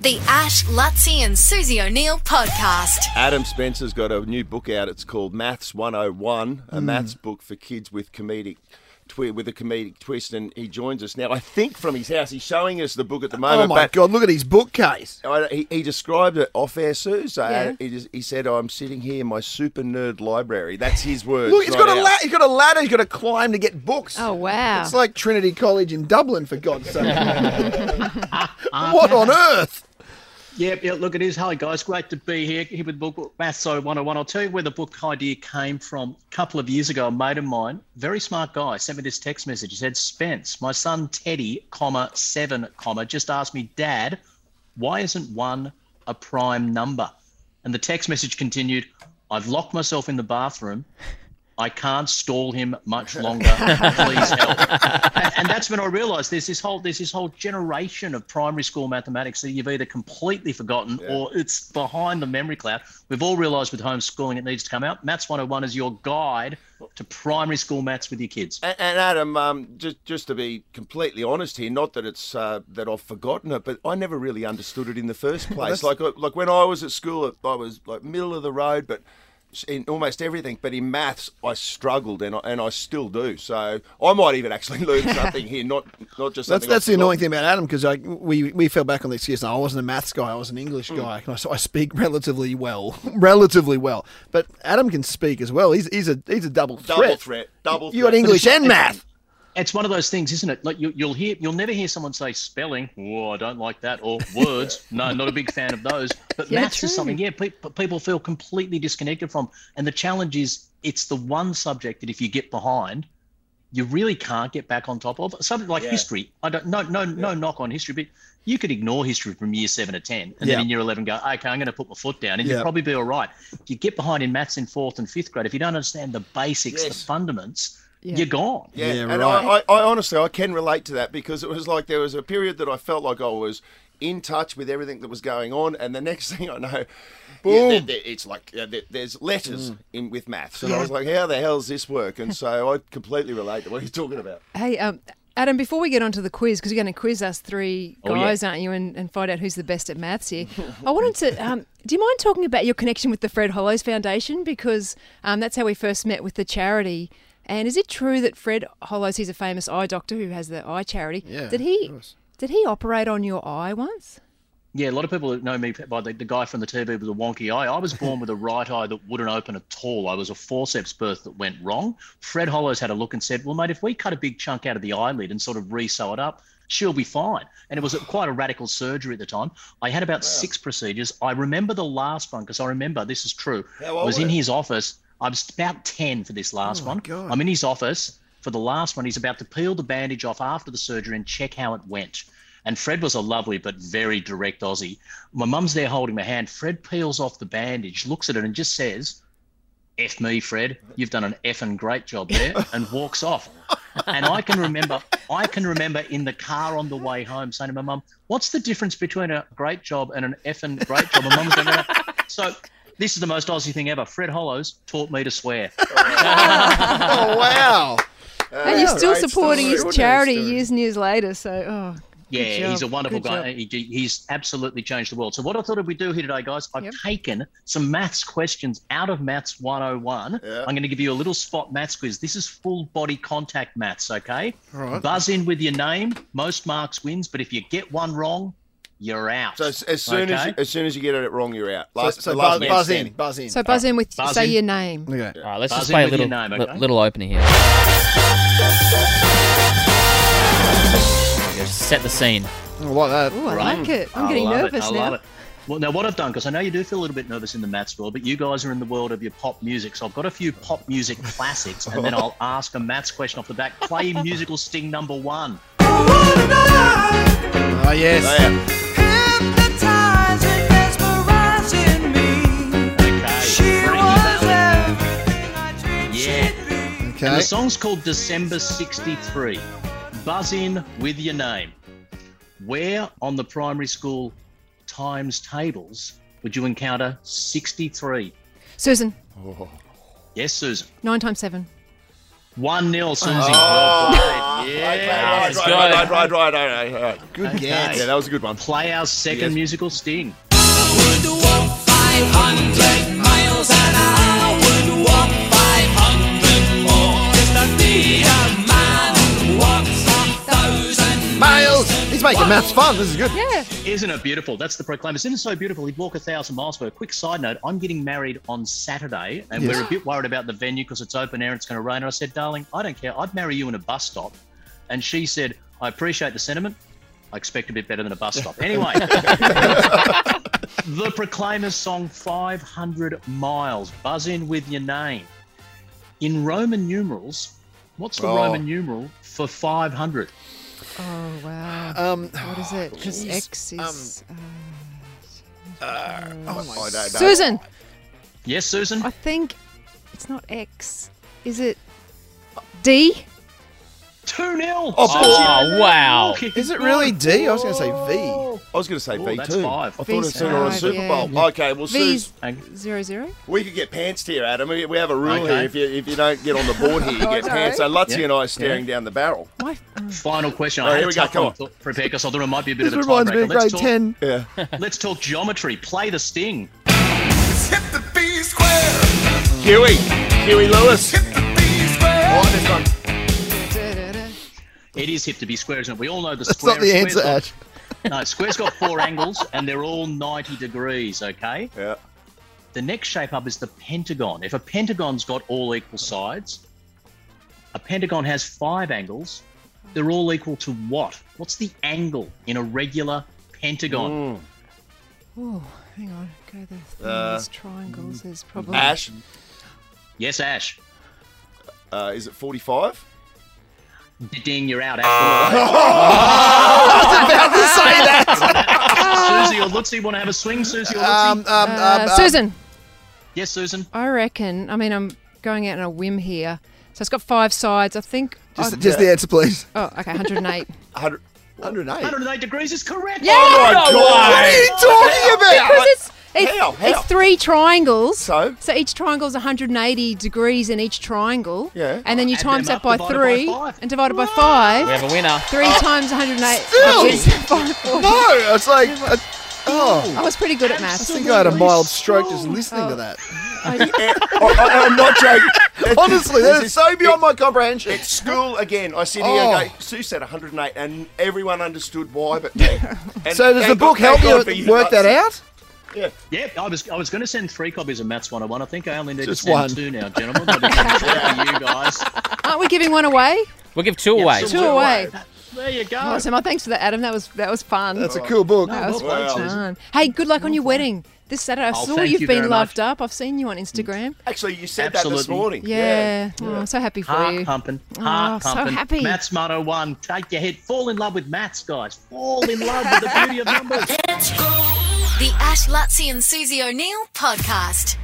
The Ash, Lutzi and Susie O'Neill podcast. Adam Spencer's got a new book out. It's called Maths 101, Hmm. a maths book for kids with comedic twi- with a comedic twist and he joins us now. I think from his house. He's showing us the book at the moment. Oh my but god! Look at his bookcase. I, he, he described it off air, Sue. So Yeah. he, just, he said, "I'm sitting here in my super nerd library." That's his words. Look, he's not got a ours. la- he's got a ladder. He's got to climb to get books. Oh wow! It's like Trinity College in Dublin, for God's sake. what on earth? Yep, yeah, look, it is. Hello, guys. Great to be here, here with the book Maths 101. I'll tell you where the book idea came from. A couple of years ago, a mate of mine, very smart guy, sent me this text message. He said, Spence, my son Teddy, comma, seven, comma, just asked me, Dad, why isn't one a prime number? And the text message continued, I've locked myself in the bathroom. I can't stall him much longer. Please help. And, and that's when I realised there's this whole there's this whole generation of primary school mathematics that you've either completely forgotten or it's behind the memory cloud. We've all realised with homeschooling it needs to come out. Maths 101 is your guide to primary school maths with your kids. And, and Adam, um, just just to be completely honest here, not that it's uh, that I've forgotten it, but I never really understood it in the first place. like uh, like when I was at school, I was like middle of the road, but in almost everything. But in maths, I struggled, and I, and I still do. So I might even actually learn something here, not not just That's something I've that's the annoying forgotten. thing about Adam because I we we fell back on this years. I wasn't a maths guy. I was an English Mm. guy. And I, so I speak relatively well, relatively well. But Adam can speak as well. He's he's a he's a double threat. Double threat, double You got threat. English and math. It's one of those things, isn't it? Like you, you'll hear, you'll never hear someone say spelling. Oh, I don't like that. Or words. no, not a big fan of those. But Yeah, maths true. is something. Yeah, pe- pe- people feel completely disconnected from. And the challenge is, it's the one subject that if you get behind, you really can't get back on top of. Something like history. I don't. No, no, no knock on history, but you could ignore history from year seven to ten, and Yeah. then in year eleven go, okay, I'm going to put my foot down, and Yeah. you'll probably be all right. If you get behind in maths in fourth and fifth grade, if you don't understand the basics, Yes. the fundaments, Yeah. you're gone. Yeah, Yeah, and right. I, I, I honestly I can relate to that because it was like there was a period that I felt like I was in touch with everything that was going on, and the next thing I know, yeah, there- there- it's like uh, there- there's letters in with maths, and I was like, how the hell does this work? And so I completely relate to what you're talking about. hey, um, Adam, before we get onto the quiz, because you're going to quiz us three Oh, yeah. guys, aren't you, and, and find out who's the best at maths here. I wanted to. Um, do you mind talking about your connection with the Fred Hollows Foundation? Because um, that's how we first met with the charity. And is it true that Fred Hollows, he's a famous eye doctor who has the eye charity? Yeah, Did of he? course. Did he operate on your eye once? Yeah, a lot of people that know me by the, the guy from the TV with the wonky eye. I was born with a right eye that wouldn't open at all. I was a forceps birth that went wrong. Fred Hollows had a look and said, Well, mate, if we cut a big chunk out of the eyelid and sort of re sew it up, she'll be fine. And it was quite a radical surgery at the time. I had about six procedures. I remember the last one because I remember this is true. I old was were in you? Oh his office. I was about 10 for this last one. God. I'm in his office for the last one. He's about to peel the bandage off after the surgery and check how it went. And Fred was a lovely but very direct Aussie. My mum's there holding my hand. Fred peels off the bandage, looks at it, and just says, F me, Fred. You've done an effing great job there, and walks off. And I can remember, I can remember in the car on the way home saying to my mum, "What's the difference between a great job and an effing great job?" And mum's going, "No, no." "So this is the most Aussie thing ever." Fred Hollows taught me to swear. Oh wow! and you're still Uh, great supporting story. his charity years and years later. So, oh, Good Yeah, he's a job. wonderful Good guy. He, he's absolutely changed the world. So, what I thought we'd do here today, guys, I've Yep. taken some maths questions out of Maths 101. I'm going to give you a little spot maths quiz. This is full body contact maths, okay? right. Buzz in with your name. Most marks wins, but if you get one wrong, you're out. So as, as soon as Okay. you, as soon as you get it wrong, you're out. Last, so so the last buzz, man buzz in, standing. buzz in. so buzz in with Buzz say in. your name. okay. All right, let's Buzz just in play a with your little, name, li- okay? little opener here. Just set the scene. I like that. Oh, I Right. Mm. like it. I'm I getting love nervous it. I now. Love it. Well, now what I've done, because I know you do feel a little bit nervous in the maths world, but you guys are in the world of your pop music, so I've got a few pop music classics, and then I'll ask a maths question off the back. Play musical sting number one. Oh yes. Yeah. Okay. Frankie Valli. Yeah. And Okay. the song's called December 63. Buzz in with your name. Where on the primary school times tables would you encounter 63? Susan, Yes, Susan. nine times seven. Oh. 1 0, Susie. Well played. Yeah, right, it's right, right, good. right, right, right, right, right. Good Okay. guess. Yeah, that was a good one. Play our second Yes. musical sting. Miles! He's making maths fun. This is good. Yeah. Isn't it beautiful? That's the Proclaimers. Isn't it so beautiful? He'd walk a thousand miles. But a quick side note, I'm getting married on Saturday, and Yes. we're a bit worried about the venue because it's open air and it's going to rain. And I said, darling, I don't care. I'd marry you in a bus stop. And she said, I appreciate the sentiment. I expect a bit better than a bus stop. Anyway, the Proclaimers song 500 Miles. Buzz in with your name. In Roman numerals, what's the Oh. Roman numeral for 500? Oh wow. Um, What is it? Because X is. Um, uh, I don't know. Susan, Yes, Susan? I think it's not X. Is it D? 2 0. Oh, Oh, wow. is it really D? I was going to say V. I was going to say Ooh, V2. that's five. I thought it said Oh, on a V5, Super yeah. Bowl. Oh, Okay, well, Suze, V's Hang- zero zero. we could get pantsed here, Adam. We we have a rule Okay. here. If you, if you don't get on the board Oh, here, you get no. pants. So Lutzy Yeah. and I are staring down the barrel. My, oh, Mm. Final question. All right, I here we had a go, tough come one on. to prepare because I thought it might be a bit This of a reminds me tiebreaker. of grade Let's talk, 10. Yeah. let's talk geometry. Play the sting. Hit the B square. Huey. Huey Lewis. Hit the B square. Oh, this one. da-da-da. It is hip to be square, isn't it? We all know the That's square. not the Square's answer, Ash. got- No, square's got four angles and they're all 90 degrees, okay? Yeah. The next shape up is the pentagon. If a pentagon's got all equal sides, a pentagon has five angles. They're all equal to what? What's the angle in a regular pentagon? Hmm. Ooh, hang on. Go the thing. Uh, There's triangles. There's probably. Ash. Yes, Ash. Uh, is it 45? Ding, you're out. Ash. Susie or Lutzi want to have a swing? Susie or Lutzi? Um, um, um, Uh, um, Susan, yes, Susan. I reckon. I mean, I'm going out on a whim here. So it's got five sides. I think. Just, just the answer, please. oh, okay. 108. 100. 108. 108 degrees is correct. yeah. Oh, my No God. What are you talking about? Because it's it's, How? How? it's three triangles. So? each triangle is 180 degrees in each triangle. Yeah. And then you Add times them up, that by divided by three five. and divided by We five. have a winner. Three times 108 Still! is 540. No, it's like, uh, oh, I was pretty good at maths. I think I had a mild stroke just listening to that. I- I, I, am not joking. Honestly, This that is so beyond my comprehension. At school again, I sit here Oh. and go, Sue said 108, and everyone understood why, but me. And So does the thank book God- help thank God for you work that Lutzy. out? Yep, I was I was going to send three copies of Maths 101. I think I only need Just to send one. two now, gentlemen. That'd be great for you guys. aren't we giving one away? We'll give two Yeah, away. so- Two away. There you go. Awesome. Well, thanks for that, Adam. That was that was fun. That's a cool book. that was well done. fun. Hey, good luck on your wedding this Saturday. I Oh, saw thank you've you been very loved much. up. I've seen you on Instagram. Actually, you said that this Absolutely. morning. Yeah. Oh, I'm so happy for Heart you. pumping, Oh, heart so pumping. happy. Maths 101. Take your head. Fall in love with maths, guys. Fall in love with the beauty of numbers. The Ash Lutzi and Susie O'Neill podcast.